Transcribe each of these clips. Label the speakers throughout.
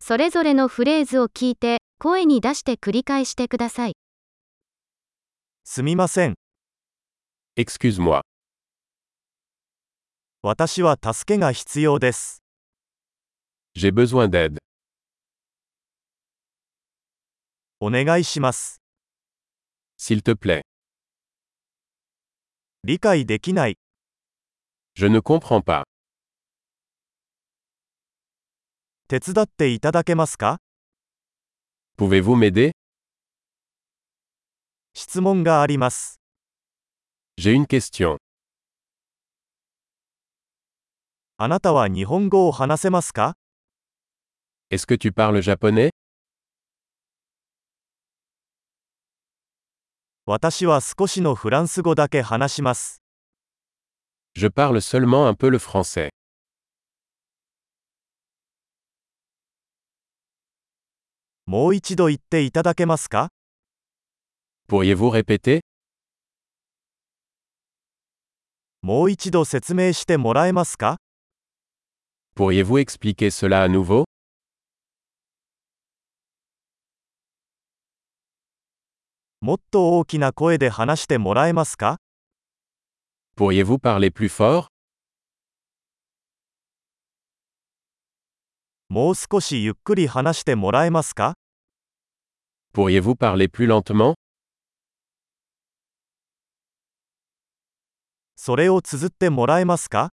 Speaker 1: それぞれのフレーズを聞いて、声に出して繰り返してください。
Speaker 2: すみません。
Speaker 3: Excuse-moi.
Speaker 2: 私は助けが必要です。
Speaker 3: J'ai besoin d'aide.
Speaker 2: お願いします。
Speaker 3: S'il te plaît.
Speaker 2: 理解できない。
Speaker 3: Je ne comprends pas.
Speaker 2: 手伝っていただけますか
Speaker 3: Pouvez-vous m'aider
Speaker 2: 質問があります。
Speaker 3: J'ai une question.
Speaker 2: あなたは日本語を話せますか
Speaker 3: Est-ce que tu parles japonais
Speaker 2: 私は少しのフランス語だけ話します。
Speaker 3: Je parle seulement un peu le français.
Speaker 2: もう一度言っていただけますか
Speaker 3: Pourriez-vous répéter
Speaker 2: もう一度説明してもらえますか
Speaker 3: Pourriez-vous expliquer cela à nouveau
Speaker 2: もっと大きな声で話してもらえますか
Speaker 3: Pourriez-vous parler plus fort
Speaker 2: もう少しゆっくり話してもらえますか
Speaker 3: Pourriez-vous parler plus lentement
Speaker 2: それを綴ってもらえますか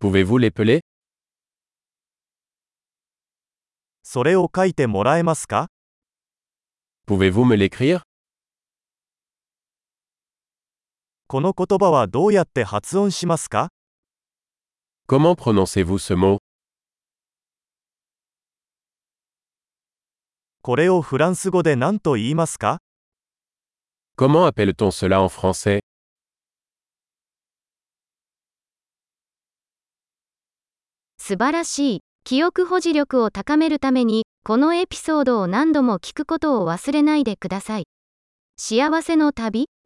Speaker 3: Pouvez-vous l'épeler
Speaker 2: それを書いてもらえますか
Speaker 3: Pouvez-vous me l'écrire
Speaker 2: この言葉はどうやって発音しますか
Speaker 3: Comment prononcez-vous ce mot
Speaker 2: これをフランス語で何と言いますか
Speaker 3: Comment appelle-t-on cela en français
Speaker 1: 素晴らしい。記憶保持力を高めるために、このエピソードを何度も聞くことを忘れないでください。幸せの旅